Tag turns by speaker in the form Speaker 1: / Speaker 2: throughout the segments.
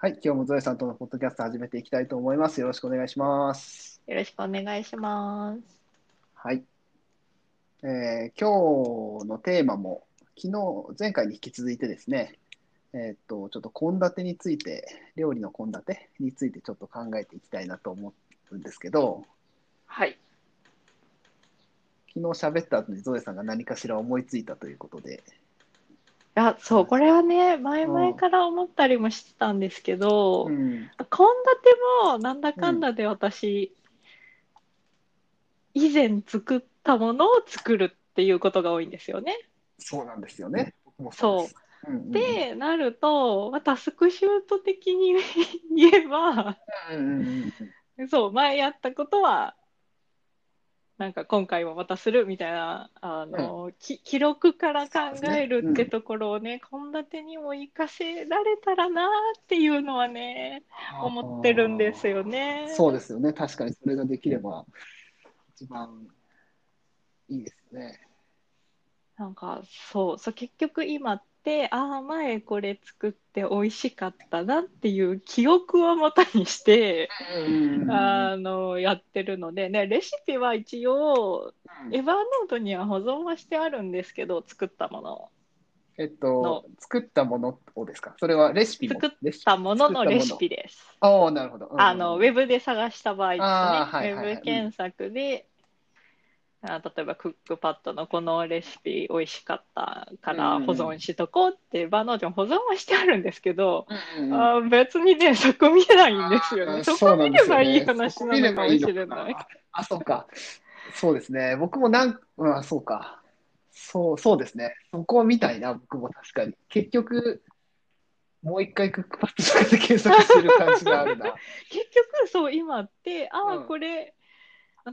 Speaker 1: はい、今日もゾエさんとのポッドキャスト始めていきたいと思います。よろしくお願いします。
Speaker 2: よろしくお願いします。
Speaker 1: はい、えー今日のテーマも昨日前回に引き続いてですね、えーっとちょっと献立について料理の献立についてちょっと考えていきたいなと思うんですけど、
Speaker 2: はい。
Speaker 1: 昨日喋った後にゾエさんが何かしら思いついたということで、
Speaker 2: あ、そう、これはね、前
Speaker 1: う
Speaker 2: 々
Speaker 1: ん、
Speaker 2: から思ったりもしてたんですけ
Speaker 1: うん、
Speaker 2: ど、献立もなんだ
Speaker 1: う
Speaker 2: かん
Speaker 1: ん、
Speaker 2: だで私、以前作ったものを作るっていうことが多いんですよね。
Speaker 1: そうなんですよね。僕もそうで
Speaker 2: そ
Speaker 1: す。うんう
Speaker 2: う。
Speaker 1: んうん。
Speaker 2: で、なると、まあ、タスクシュート的に 言えば、
Speaker 1: うんうんうんうん。
Speaker 2: そう、前やったことは、なんか今回はまたするみたいな、あ
Speaker 1: うん
Speaker 2: の、き、記録から考
Speaker 1: そうです
Speaker 2: え
Speaker 1: ね。
Speaker 2: る
Speaker 1: う
Speaker 2: って
Speaker 1: ん。
Speaker 2: ところをね、献立にも活かせられたらなっていうのはね、
Speaker 1: あ
Speaker 2: 思ってるんです
Speaker 1: あ、
Speaker 2: よ
Speaker 1: そうで
Speaker 2: ね。
Speaker 1: すよね。確かにそれができれば一番いいですよね。
Speaker 2: なんか、そう、そう、結局今って、ああ、前これ作って美味しかったなっていう記憶をもとにして、
Speaker 1: うんうんうん
Speaker 2: あの、やってるのでね、レシピは一応、
Speaker 1: うん
Speaker 2: エヴァノートには保存はしてあるんですけど、作ったもの
Speaker 1: えっと、
Speaker 2: の、
Speaker 1: 作ったものをですかそれはレシピも、
Speaker 2: 作っ
Speaker 1: レシ、
Speaker 2: たもの
Speaker 1: 作っ
Speaker 2: の
Speaker 1: た
Speaker 2: レ
Speaker 1: も
Speaker 2: シ
Speaker 1: の。
Speaker 2: ピです。
Speaker 1: ああ、なるほど。うん
Speaker 2: あ
Speaker 1: うん
Speaker 2: の、
Speaker 1: う
Speaker 2: ウ
Speaker 1: ん。
Speaker 2: ェブで探した場合です
Speaker 1: ああ、は
Speaker 2: ね、
Speaker 1: い
Speaker 2: ウェ
Speaker 1: はいはい。
Speaker 2: ブ
Speaker 1: うん。
Speaker 2: 検索で、あ例えばクックパッドのこのレシピ美味しかったか
Speaker 1: うん
Speaker 2: ら保
Speaker 1: うんう
Speaker 2: 存
Speaker 1: ん。
Speaker 2: しとこうって万能でも保存はしてあるんですけど、
Speaker 1: うんうんうん。
Speaker 2: あ別にね、そこ見えないんですよ
Speaker 1: あ
Speaker 2: ね。
Speaker 1: あ、
Speaker 2: そ
Speaker 1: そう
Speaker 2: こ
Speaker 1: なんで
Speaker 2: 見れ
Speaker 1: すよ
Speaker 2: ばいい
Speaker 1: ね。そ
Speaker 2: 話
Speaker 1: こ
Speaker 2: な
Speaker 1: 見
Speaker 2: の
Speaker 1: れ
Speaker 2: か
Speaker 1: ばい
Speaker 2: も
Speaker 1: い
Speaker 2: し
Speaker 1: の
Speaker 2: れ
Speaker 1: か
Speaker 2: ない。
Speaker 1: な。あ、そうか。そうですね。僕もなん、うん、そうか。そう、そうですね。そこを見たいな、僕も確かに。結局、もう一回クックパッドとかで検索してる感じがあるな。
Speaker 2: 結局、そう、今って、
Speaker 1: う
Speaker 2: ああ、
Speaker 1: ん。
Speaker 2: これ、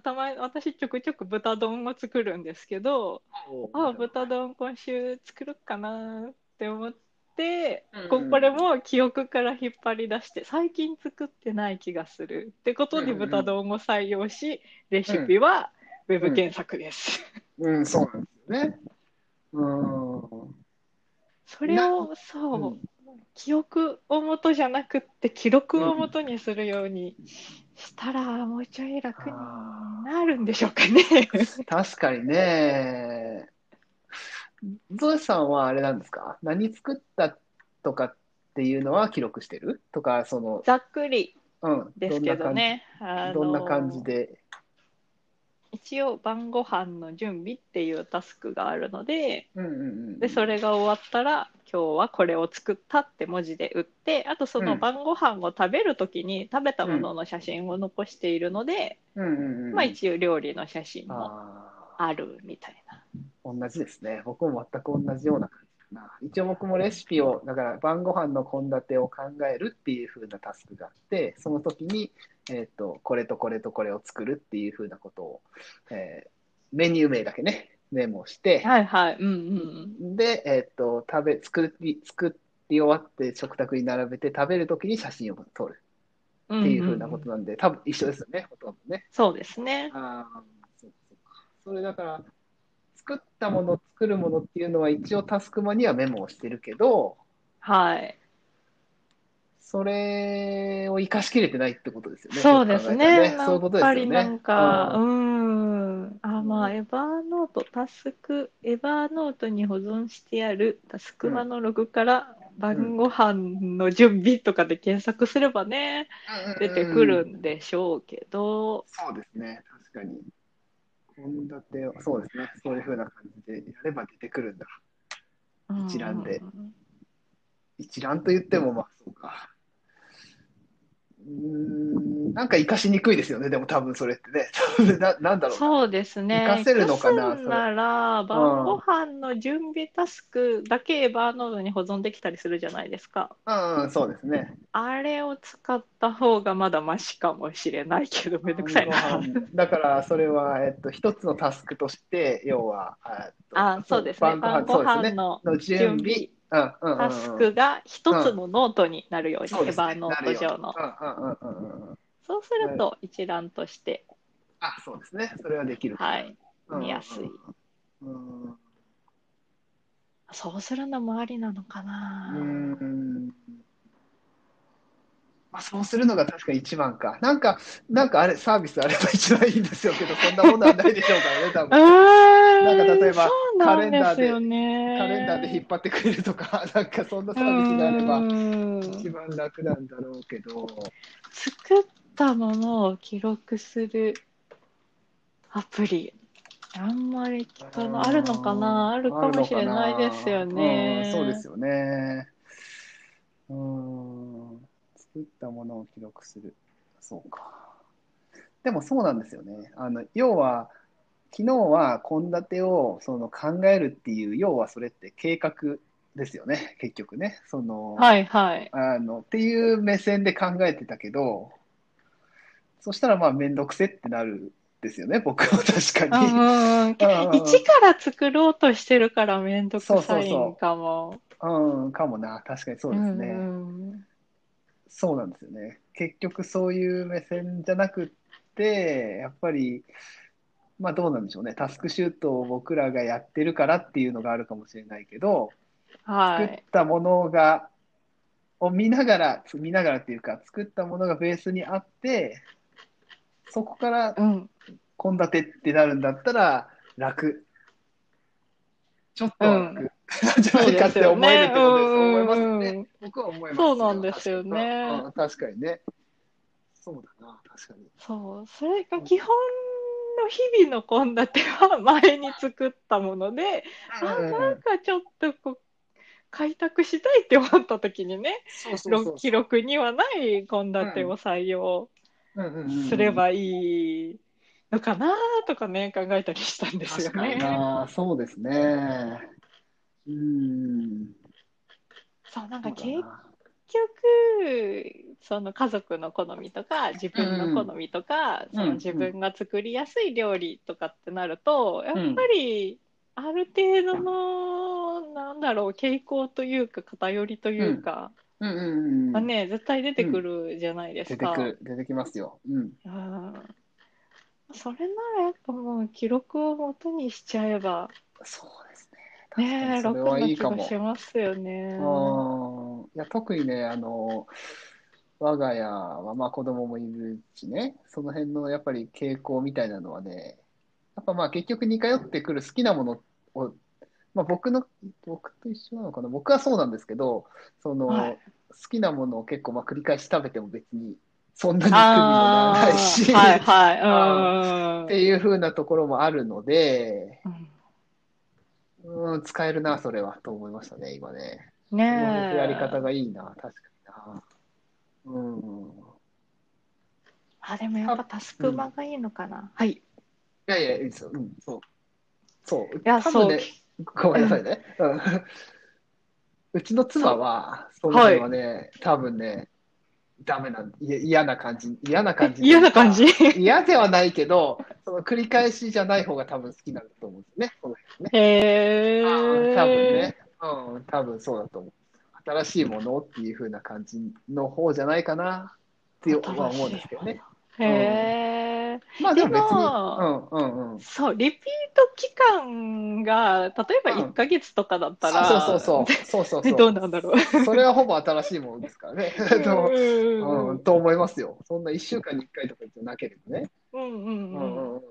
Speaker 2: たまに私ちょくちょく豚丼を作るんですけど、
Speaker 1: おー
Speaker 2: あ
Speaker 1: な
Speaker 2: あ、
Speaker 1: るほ
Speaker 2: 豚丼今週作るかなって思って、
Speaker 1: ど。う
Speaker 2: こ、
Speaker 1: ん
Speaker 2: これ
Speaker 1: うん
Speaker 2: も記憶から引っ張り出して、最近作ってない気がするってこ
Speaker 1: う
Speaker 2: と
Speaker 1: ん。
Speaker 2: で
Speaker 1: うんう
Speaker 2: 豚
Speaker 1: ん
Speaker 2: 丼を採用し、レ
Speaker 1: う
Speaker 2: シ
Speaker 1: ん。
Speaker 2: ピはウェ
Speaker 1: う
Speaker 2: ブ
Speaker 1: ん。
Speaker 2: 検索です。
Speaker 1: うん、そうなんですよね。う
Speaker 2: そ
Speaker 1: ん。
Speaker 2: れ
Speaker 1: な、
Speaker 2: を、
Speaker 1: う
Speaker 2: そ
Speaker 1: ん。
Speaker 2: う、記憶をもとじゃなくって記録
Speaker 1: う
Speaker 2: をも
Speaker 1: ん。
Speaker 2: とにするようにしたら、もうちょい楽に
Speaker 1: あ
Speaker 2: なるんでしょうかね。
Speaker 1: ー確かにね。ゾエさんはあれなんですか何作ったとかっていうのは記録してるとか、その、
Speaker 2: ざっくり
Speaker 1: うん、
Speaker 2: で
Speaker 1: ど
Speaker 2: す
Speaker 1: ん
Speaker 2: け
Speaker 1: な
Speaker 2: ど
Speaker 1: 感じ、
Speaker 2: ね、あ
Speaker 1: どんな感じ
Speaker 2: の
Speaker 1: で。
Speaker 2: 一応晩ご飯の準備っていうタスクがあるので、
Speaker 1: うんうん
Speaker 2: で、それが終わったら、今日はこれを作ったって文字で打って、あとそ
Speaker 1: うんう
Speaker 2: の
Speaker 1: ん。
Speaker 2: 晩ご飯を食べるときに食べた
Speaker 1: う
Speaker 2: も
Speaker 1: ん、
Speaker 2: のの写真を残しているので、
Speaker 1: うん、うん、うん
Speaker 2: まあ
Speaker 1: うん。
Speaker 2: 一応料理の写真も
Speaker 1: あ
Speaker 2: あるみたいな。
Speaker 1: あ、同じですね。僕も全く同じような感じだな。一応僕もレシピを、だから晩ご飯の献立を考えるっていう風なタスクがあって、その時に、えっと、これとこれとこれを作るっていう風なことを、えーメニュー名だけね、メモして、
Speaker 2: はいはい、うんうん。
Speaker 1: で、えっと、食べ、作り、作り終わって食卓に並べて食べるときに写真を撮る
Speaker 2: う
Speaker 1: っ
Speaker 2: ん
Speaker 1: て
Speaker 2: う
Speaker 1: いうん風
Speaker 2: う
Speaker 1: なこと
Speaker 2: ん。
Speaker 1: なんで、多分一緒ですよね、ほとんどね。
Speaker 2: そうですね。
Speaker 1: ああ、そうかそうか。それだから、作ったもの、作るものっていうのは一応タスクマにはメモをしてるけど、
Speaker 2: はい。
Speaker 1: それを活かしきれてないってことですよね。よ
Speaker 2: そう
Speaker 1: く考えたら
Speaker 2: ですね。
Speaker 1: ね。
Speaker 2: や
Speaker 1: そういう
Speaker 2: っ
Speaker 1: ことで
Speaker 2: ぱ
Speaker 1: すよ
Speaker 2: りな
Speaker 1: ね。
Speaker 2: んか、う
Speaker 1: あ
Speaker 2: ーん。
Speaker 1: あ、
Speaker 2: あ、
Speaker 1: う
Speaker 2: まあ、
Speaker 1: ん、
Speaker 2: エヴァーノート、タスク、エヴァーノートに保存してあるタス
Speaker 1: う
Speaker 2: クマ
Speaker 1: ん、
Speaker 2: のログから
Speaker 1: うん、
Speaker 2: 晩ご飯の準備とかで検索すればね、
Speaker 1: う
Speaker 2: 出
Speaker 1: ん、
Speaker 2: て
Speaker 1: うん、
Speaker 2: く
Speaker 1: うんう
Speaker 2: る
Speaker 1: ん
Speaker 2: んでしょうけど、
Speaker 1: そうですね。確かに。献立を、そうですね。そういうふうな感じでやれば出てくるんだ。
Speaker 2: うん
Speaker 1: 一覧
Speaker 2: うん
Speaker 1: で。
Speaker 2: うん。
Speaker 1: 一覧と言っても、まあ、そうか。うーん、なんか活かしにくいですよね。でも多分それってね。多分な、なんだろうな。
Speaker 2: そうです
Speaker 1: 活か
Speaker 2: ね。
Speaker 1: せる
Speaker 2: 活か
Speaker 1: の
Speaker 2: す
Speaker 1: かな、
Speaker 2: ん
Speaker 1: それ。
Speaker 2: なら、
Speaker 1: う
Speaker 2: 晩
Speaker 1: ん。
Speaker 2: ご飯の準備タスクだけエヴァーノートに保存できたりするじゃないですか。
Speaker 1: うんうん、そうですね。
Speaker 2: あれを使った方がまだマシかもしれないけど、めんどく
Speaker 1: 晩
Speaker 2: さい
Speaker 1: ご
Speaker 2: な。
Speaker 1: 飯。だから、それは、えっと、一つのタスクとして、要は、えっと、
Speaker 2: あ、そう
Speaker 1: そう、
Speaker 2: ですね。
Speaker 1: 晩ご
Speaker 2: 晩
Speaker 1: 飯、そ
Speaker 2: ご
Speaker 1: うですね。
Speaker 2: 飯
Speaker 1: の
Speaker 2: の
Speaker 1: 準
Speaker 2: 準
Speaker 1: 備。
Speaker 2: 備
Speaker 1: うん、う
Speaker 2: タ
Speaker 1: ん、
Speaker 2: ス
Speaker 1: うん、
Speaker 2: クが一
Speaker 1: うん。う
Speaker 2: つ
Speaker 1: ん
Speaker 2: のノートになるように、
Speaker 1: そう
Speaker 2: エ
Speaker 1: で
Speaker 2: ヴ
Speaker 1: すね。
Speaker 2: ァーノ
Speaker 1: な
Speaker 2: ー
Speaker 1: る
Speaker 2: ト
Speaker 1: ように。
Speaker 2: 上の。
Speaker 1: うん、うん、うん、うん、うん。うん
Speaker 2: そうする
Speaker 1: なる
Speaker 2: と一覧として、
Speaker 1: あ、そうですね。それはできるか
Speaker 2: は
Speaker 1: な。
Speaker 2: い、
Speaker 1: う
Speaker 2: 見
Speaker 1: ん、
Speaker 2: や
Speaker 1: う
Speaker 2: すい。
Speaker 1: ん、うん。
Speaker 2: そうするのもありなのか
Speaker 1: うん、
Speaker 2: な。
Speaker 1: うんあ、そうするのが確か一番か。なんか、なんかあれ、サービスあれば一番いいんですよけど、そんなものはないでしょうからね、多 分。
Speaker 2: なん
Speaker 1: か例えば
Speaker 2: そうなんですよね。
Speaker 1: カレンダーで引っ張ってくれるとか、なんかそんなサービスがあれば一番楽なんだろうけど、
Speaker 2: 作ったものを記録するアプリあんまり聞かないあるのかなあるかもしれないですよね、
Speaker 1: うんそうですよね。うん、作ったものを記録する。そうか。でもそうなんですよね。あの要は、昨日は献立をその考えるっていう、要はそれって計画ですよね、結局ね。その、
Speaker 2: はいはい
Speaker 1: あの、っていう目線で考えてたけど、そしたらまあめんどくせってなるんですよね、僕は確
Speaker 2: うん
Speaker 1: かに。
Speaker 2: うんうん一から作ろうとしてるから面倒くさ
Speaker 1: そう
Speaker 2: い
Speaker 1: そうそ
Speaker 2: んかも
Speaker 1: うん、かもな、確かにそうですね。
Speaker 2: うんうん
Speaker 1: そうなんですよね。結局そういう目線じゃなくって、やっぱり、まあどうなんでしょうね、タスクシュートを僕らがやってるからっていうのがあるかもしれないけど、
Speaker 2: は
Speaker 1: 作っ
Speaker 2: い
Speaker 1: たものが、を見ながら、見ながらっていうか、作ったものがベースにあって、そこから
Speaker 2: うん
Speaker 1: 献立ってなるんだったら楽。ちょっと
Speaker 2: う
Speaker 1: 楽 なんじゃないかって思えるってことです。思いますね。
Speaker 2: うん
Speaker 1: 僕は思います。
Speaker 2: そうなんですよね
Speaker 1: うん確かにね。そうだな、確かに。
Speaker 2: そうそれが基本の日々の献立は前に作ったものであ
Speaker 1: うん
Speaker 2: なんかちょっとこう開拓したいって思った時にね
Speaker 1: そうそうそ
Speaker 2: ろ
Speaker 1: う
Speaker 2: 記録にはない献立を採用
Speaker 1: うんうんうん
Speaker 2: すればいいのかなとかね考えたりしたんですよ
Speaker 1: 確かに
Speaker 2: ね。
Speaker 1: な、そうですね。うん。
Speaker 2: そうなんか
Speaker 1: そう
Speaker 2: 結
Speaker 1: だな
Speaker 2: 局その家族の好みとか自分の好みとか、
Speaker 1: うん
Speaker 2: そ
Speaker 1: うん
Speaker 2: の自分が作りやすい料理とかってなると、
Speaker 1: ん
Speaker 2: やっぱりある程度のなんだろう傾向というか偏りというか。
Speaker 1: うんうんう
Speaker 2: まあ
Speaker 1: ん。
Speaker 2: ね、絶対出てくるじゃないで
Speaker 1: 出て
Speaker 2: すか。
Speaker 1: くる、出てきますよ。うん。
Speaker 2: うんそれならやっぱもう記録を元にしちゃえば
Speaker 1: そうですね。確か
Speaker 2: ね
Speaker 1: に
Speaker 2: え
Speaker 1: そ
Speaker 2: 楽
Speaker 1: れはい
Speaker 2: ない気
Speaker 1: いか
Speaker 2: が
Speaker 1: も。
Speaker 2: しますよね。
Speaker 1: うんいや特にね、あの、我が家は、まあ子供もいるしね、その辺のやっぱり傾向みたいなのはね、やっぱまあ結局似通ってくる好きなものを、まあ僕の、僕と一緒なのかな、僕はそうなんですけど、その、
Speaker 2: はい
Speaker 1: 好きなものを結構まあ繰り返し食べても別にそんなに苦にもな
Speaker 2: あ
Speaker 1: ら
Speaker 2: あ
Speaker 1: ない し、
Speaker 2: はい
Speaker 1: っ
Speaker 2: はい。
Speaker 1: ていう風なところもあるので、
Speaker 2: うんうん
Speaker 1: うん、使えるな、それは、と思いましたね、今ね。
Speaker 2: ねえ
Speaker 1: やり方がいいな、確かにな。うん。い
Speaker 2: あでもやっぱタスクマがいいのかな。はい。い
Speaker 1: やいや、いいですよ。うん、そう。そう。
Speaker 2: や
Speaker 1: 多分
Speaker 2: そう
Speaker 1: ね、ごめんなさいね。うんうちの妻は、その辺はね、多分ね、ダメなんいや嫌な感じ、嫌な感じ。
Speaker 2: 嫌な感じ。
Speaker 1: 嫌ではないけど、その繰り返しじゃない方が多分好きなんだと思うんですね、この辺ね。
Speaker 2: へえ。
Speaker 1: 多分ね、うん、多分そうだと思う。新しいものっていう風な感じの方じゃないかなっていうは思うんですけどね。
Speaker 2: へえ。
Speaker 1: まあでも別
Speaker 2: で
Speaker 1: に、
Speaker 2: も
Speaker 1: うんうんうん。
Speaker 2: そう、リピート期間が、例えば
Speaker 1: うん
Speaker 2: 1ヶ月とかだったら、
Speaker 1: そうそうそうそう。そう そう
Speaker 2: で
Speaker 1: そ
Speaker 2: どう
Speaker 1: う。
Speaker 2: なんだろう。
Speaker 1: それはほぼ新しいものですからね。 と
Speaker 2: うん
Speaker 1: うん、と思いますよ。そんな1週間に1回とかじゃなければね。
Speaker 2: うんう
Speaker 1: うんんうんうん
Speaker 2: うん
Speaker 1: うん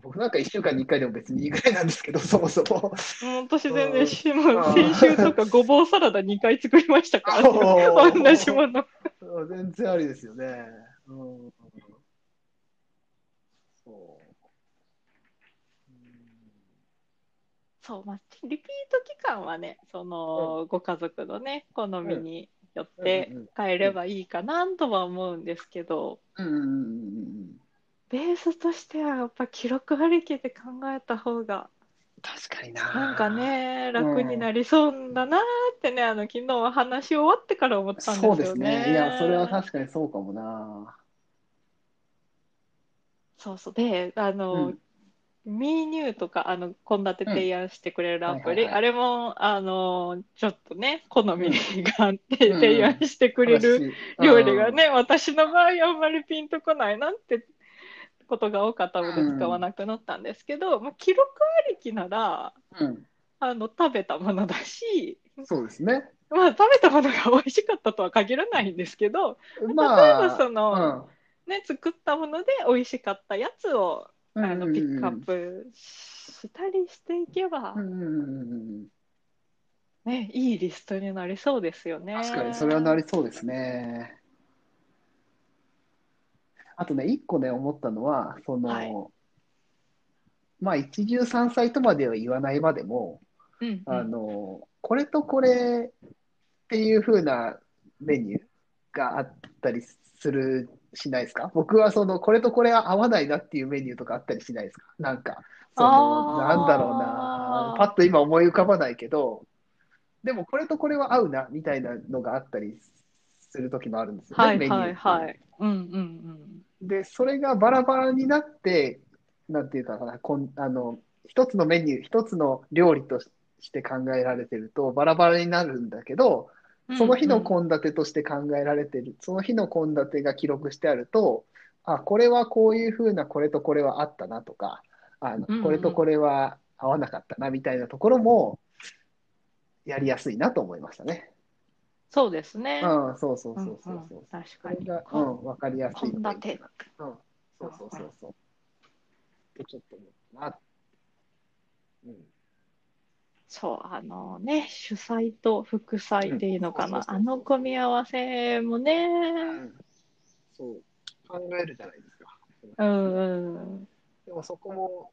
Speaker 1: 僕なんか1週間に1回でも別にいいぐらいなんですけど、そもそも。
Speaker 2: もう私全然し、
Speaker 1: う
Speaker 2: も
Speaker 1: ん
Speaker 2: う先週とかごぼうサラダ2回作りましたから、
Speaker 1: おー
Speaker 2: 同じもの。
Speaker 1: うん全然ありですよね。うん。そう。うん
Speaker 2: そう、まあ、リピート期間はね、その、ご家族のね、好みによって
Speaker 1: うんうん
Speaker 2: 変えればいいかなとは思うんですけど、
Speaker 1: うんうんうんうん。
Speaker 2: ベースとしてはやっぱ記録ありきで考えた方が
Speaker 1: 確かにな。
Speaker 2: なんか。ね、
Speaker 1: うん
Speaker 2: 楽になりそうだなーってね、あの昨日は話し終わってから思ったんです
Speaker 1: そ
Speaker 2: よ
Speaker 1: うです
Speaker 2: ね。
Speaker 1: ね。いや、それは確かにそうかもな。
Speaker 2: そうそう。で、あ
Speaker 1: う
Speaker 2: の、
Speaker 1: ん
Speaker 2: MeNew とか、あの、献立提案してくれるアプ
Speaker 1: うんはいはい
Speaker 2: リ、
Speaker 1: はい
Speaker 2: あれも、あの、ちょっとね、好みがあって、
Speaker 1: うん
Speaker 2: 提案してくれる
Speaker 1: うん
Speaker 2: 料理が。ね、私の場合あんまりピンとこないなんてことが多かったので使わなくなったんですけど、まあ、記録ありきなら、
Speaker 1: うん。
Speaker 2: あの、食べたものだし、
Speaker 1: そうですね。
Speaker 2: まあ、食べたものが美味しかったとは限らないんですけど、例えばその、ね、作ったもので美味しかったやつを、
Speaker 1: うん、
Speaker 2: あの
Speaker 1: うんうん
Speaker 2: ピ
Speaker 1: うん
Speaker 2: ックアップしたりしていけば、
Speaker 1: うんうんうんうん
Speaker 2: ね、いいリストになりそうですよね。
Speaker 1: 確かにそれはなりそうですね。あとね、一個ね、思ったのは、その、
Speaker 2: はい
Speaker 1: まあ、一汁三菜とまでは言わないまでも、
Speaker 2: うんうん
Speaker 1: あの、これとこれっていう風なメニューがあったりする、しないですか僕はその、これとこれは合わないなっていうメニューとかあったりしないですかなんか、その、
Speaker 2: あー
Speaker 1: なんだろうな、パッと今思い浮かばないけど、でもこれとこれは合うな、みたいなのがあったりする時もあるんですよね、
Speaker 2: はい
Speaker 1: メニューっ
Speaker 2: は
Speaker 1: て
Speaker 2: いはい。うんうん
Speaker 1: で、それがバラバラになって、なんていうかな、こん、あの、一つのメニュー、一つの料理としして考えられてると、バラバラになるんだけど、
Speaker 2: うん。
Speaker 1: その日の
Speaker 2: こ
Speaker 1: 献立として考えられてる、その日の献立が記録してあると、あ、これはこういうふうな、これとこれはあったなとか、あの
Speaker 2: うんうん
Speaker 1: これとこれは合わなかったなみたいなところも、やりやすいなと思いましたね。
Speaker 2: そうですね。
Speaker 1: うん、そうそうそうそう
Speaker 2: うん。
Speaker 1: そううん
Speaker 2: 確
Speaker 1: こ
Speaker 2: か
Speaker 1: れ
Speaker 2: に。
Speaker 1: が、うん、わかりやすいのがいい
Speaker 2: 献立
Speaker 1: かな。うん、そうそうそうそう。ってちょっと思ったな。うん。
Speaker 2: そう、あのね、主菜と副菜でいいのか
Speaker 1: うん
Speaker 2: な。
Speaker 1: そうそう
Speaker 2: あ
Speaker 1: そうそう
Speaker 2: の組み合わせもね。
Speaker 1: そう。考えるじゃないですか。
Speaker 2: うんうん。
Speaker 1: でもそこも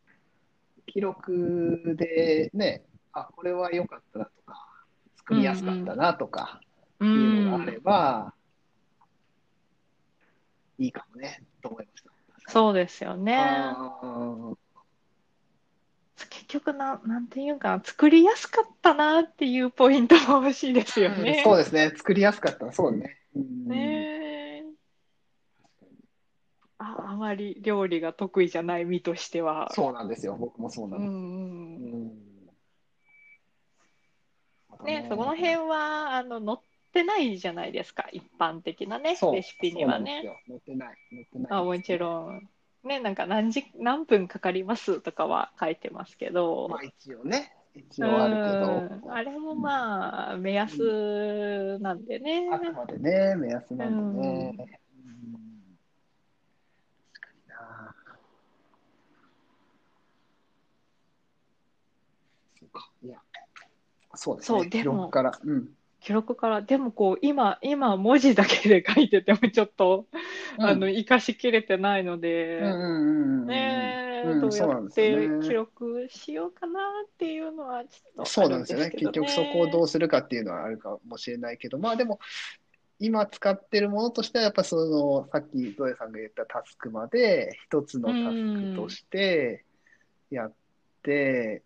Speaker 1: 記録でね、あ、これは良かったなとか、作りやすかったなとか
Speaker 2: う
Speaker 1: っていうのがあ
Speaker 2: ん
Speaker 1: れ、ば、いいかもね、と思いました。
Speaker 2: そうですよね。
Speaker 1: あ
Speaker 2: 結局な、なんていうんかな、作りやすかったなっていうポイントが欲しいですよ
Speaker 1: ー
Speaker 2: ね。
Speaker 1: そうですね、作りやすかった、そうね。うん
Speaker 2: ねえああまり料理が得意じゃない身としては。
Speaker 1: そうなんですよ、僕もそうな
Speaker 2: うん
Speaker 1: です。
Speaker 2: んうん
Speaker 1: うん
Speaker 2: ね、そこの辺はあの載ってないじゃないですか一般的なね
Speaker 1: そう
Speaker 2: レシピにはね。
Speaker 1: そうなんですよ載ってない、載ってない。
Speaker 2: あもちろんねなんか何時何分かかりますとかは書いてますけど、
Speaker 1: まあ一応ね、一応あるけ
Speaker 2: う
Speaker 1: ど
Speaker 2: ん、あれもまあ目安なんでね、
Speaker 1: あくまでね、目安なんでね。
Speaker 2: う
Speaker 1: うん確かにな。そうか、いや、そうですね、
Speaker 2: そう
Speaker 1: 記
Speaker 2: でも
Speaker 1: 録から。うん。
Speaker 2: 記録からでもこう今今文字だけで書いててもちょっと、あの生かしきれてないので。
Speaker 1: うんうんうんうん
Speaker 2: ねえ、
Speaker 1: うん
Speaker 2: どう
Speaker 1: そう
Speaker 2: や
Speaker 1: なん
Speaker 2: っ
Speaker 1: ですよね
Speaker 2: て記録しようかなっていうのはちょっと
Speaker 1: そ
Speaker 2: あ
Speaker 1: うな
Speaker 2: る
Speaker 1: ん
Speaker 2: ん
Speaker 1: です
Speaker 2: で
Speaker 1: よね
Speaker 2: すけ
Speaker 1: 結
Speaker 2: どね。
Speaker 1: 局そこをどうするかっていうのはあるかもしれないけどまあでも今使ってるものとしてはやっぱそのさっきゾエさんが言ったタスクまで一つのタスクとしてやって、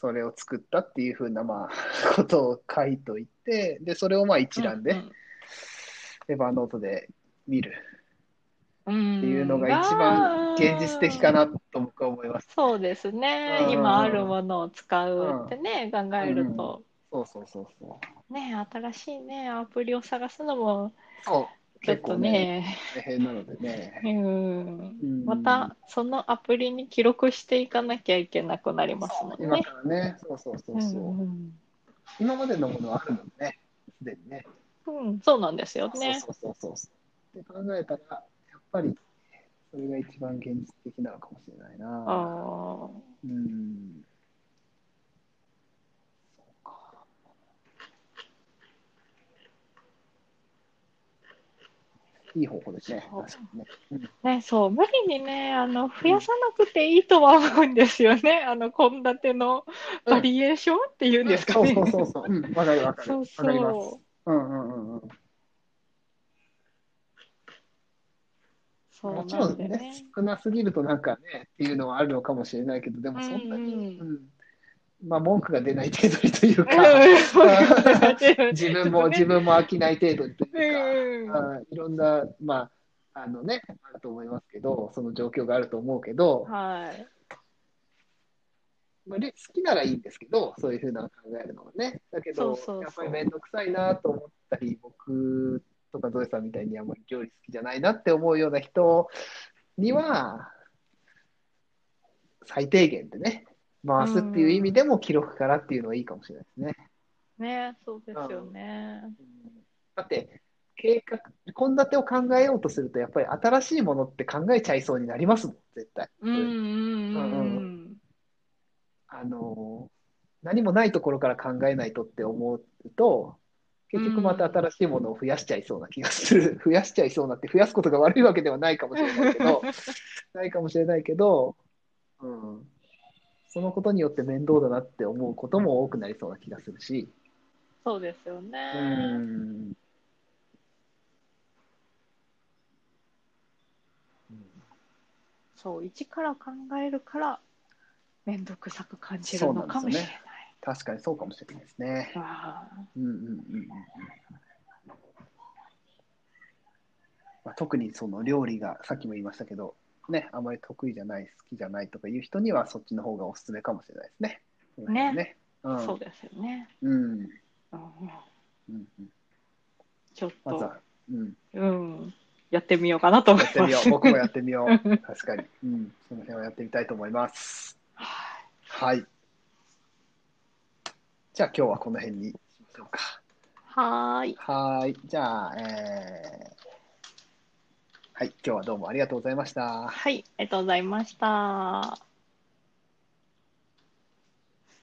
Speaker 1: それを作ったっていうふうなまあ ことを書いといてでそれをまあ一覧
Speaker 2: うん
Speaker 1: で
Speaker 2: うん
Speaker 1: エヴァノートで見る
Speaker 2: うん
Speaker 1: っていうのが一番現実的かなと僕は思います。
Speaker 2: そうですね、
Speaker 1: うん
Speaker 2: 今あるものを使うってね、考えると、
Speaker 1: そうそうそうそう。
Speaker 2: ね新しいねアプリを探すのも
Speaker 1: そう
Speaker 2: ちょっ
Speaker 1: 結
Speaker 2: と
Speaker 1: 構ね
Speaker 2: ね
Speaker 1: 大変なのでね。
Speaker 2: うん
Speaker 1: うん
Speaker 2: またそのアプリに記録していかなきゃいけなくなりますもん
Speaker 1: 今
Speaker 2: ね。
Speaker 1: からね、そうそうそうそう、
Speaker 2: うん
Speaker 1: 今までのものはあるもんね、すでにね。
Speaker 2: うんうん、そうなんですよね。
Speaker 1: そうそうそうそう。って考えたら、やっぱり、それが一番現実的なのかもしれないな。
Speaker 2: あー
Speaker 1: うん。そうか。いい方法ですね。
Speaker 2: そう
Speaker 1: 確かにね。うん
Speaker 2: ね、そう、無理にね、あの、増やさなくていいとは思うんですよね。あの、献立のバリエーションっていうんですかね。
Speaker 1: そうそうそうそう。うん、わかるわかる。
Speaker 2: そう
Speaker 1: わ
Speaker 2: そ
Speaker 1: かります。
Speaker 2: う。
Speaker 1: うんうんうんうん。
Speaker 2: そう
Speaker 1: もちろ
Speaker 2: なん
Speaker 1: んね
Speaker 2: でね。
Speaker 1: 少なすぎるとなんかねっていうのはあるのかもしれないけどでもそんなに、
Speaker 2: うんう
Speaker 1: うんまあ文句が出ない程度にというか、
Speaker 2: うん
Speaker 1: 自分も自分も飽きない程度にという
Speaker 2: うん
Speaker 1: か、あいろんなまああのねあると思いますけどその状況があると思うけど、
Speaker 2: はい。
Speaker 1: まあ、で好きならいいんですけどそういうふうなのを考えるのはねだけど
Speaker 2: そうそうそう
Speaker 1: やっぱり面倒くさいなと思ったり僕とかゾエさんみたいにあんまり料理好きじゃないなって思うような人には最低限でね回すっていう意味でも記録からっていうのはいいかもしれないですね。
Speaker 2: ね、そうですよね。
Speaker 1: うんだって、計画、献立を考えようとすると、やっぱり新しいものって考えちゃいそうになりますもん、絶対。
Speaker 2: うんうんうんう。
Speaker 1: うんあのー何もないところから考えないとって思うと、結局また新しいものを増やしちゃいそうな気がす る。増やしちゃいそうなって、増やすことが悪いわけではないかもしれないけ ど、ないかもしれないけど、うん。そのことによって面倒だなって思うことも多くなりそうな気がするし、
Speaker 2: そうですよ
Speaker 1: う
Speaker 2: ね。
Speaker 1: ん。うん
Speaker 2: そう、一から考えるから、めんどくさく感じ
Speaker 1: そ
Speaker 2: る
Speaker 1: うな
Speaker 2: の
Speaker 1: んですよ
Speaker 2: か
Speaker 1: ね
Speaker 2: もしれない。
Speaker 1: 確かにそうかもしれないですね。
Speaker 2: ああ
Speaker 1: うんうんうんうんまあ、特にその料理がさっきも言いましたけど、ね、あまり得意じゃない、好きじゃないとかいう人にはそっちの方がおすすめかもしれないですね。
Speaker 2: ね
Speaker 1: ね。うん
Speaker 2: そうですよね。
Speaker 1: うんうん
Speaker 2: うんう
Speaker 1: う
Speaker 2: ん
Speaker 1: ん、
Speaker 2: ちょっ
Speaker 1: まず
Speaker 2: と
Speaker 1: は、、うん、
Speaker 2: うん、やってみようかなと思
Speaker 1: や
Speaker 2: い
Speaker 1: って
Speaker 2: ま
Speaker 1: みよ
Speaker 2: す
Speaker 1: う。。僕もやってみよう。確かに。うん、その辺はやってみたいと思います。は
Speaker 2: はい
Speaker 1: い。じゃあ今日はこの辺にしましょうか。
Speaker 2: はーい。
Speaker 1: はーい。じゃあ、えーはい。今日はどうもありがとうございました。
Speaker 2: はい、ありがとうございました。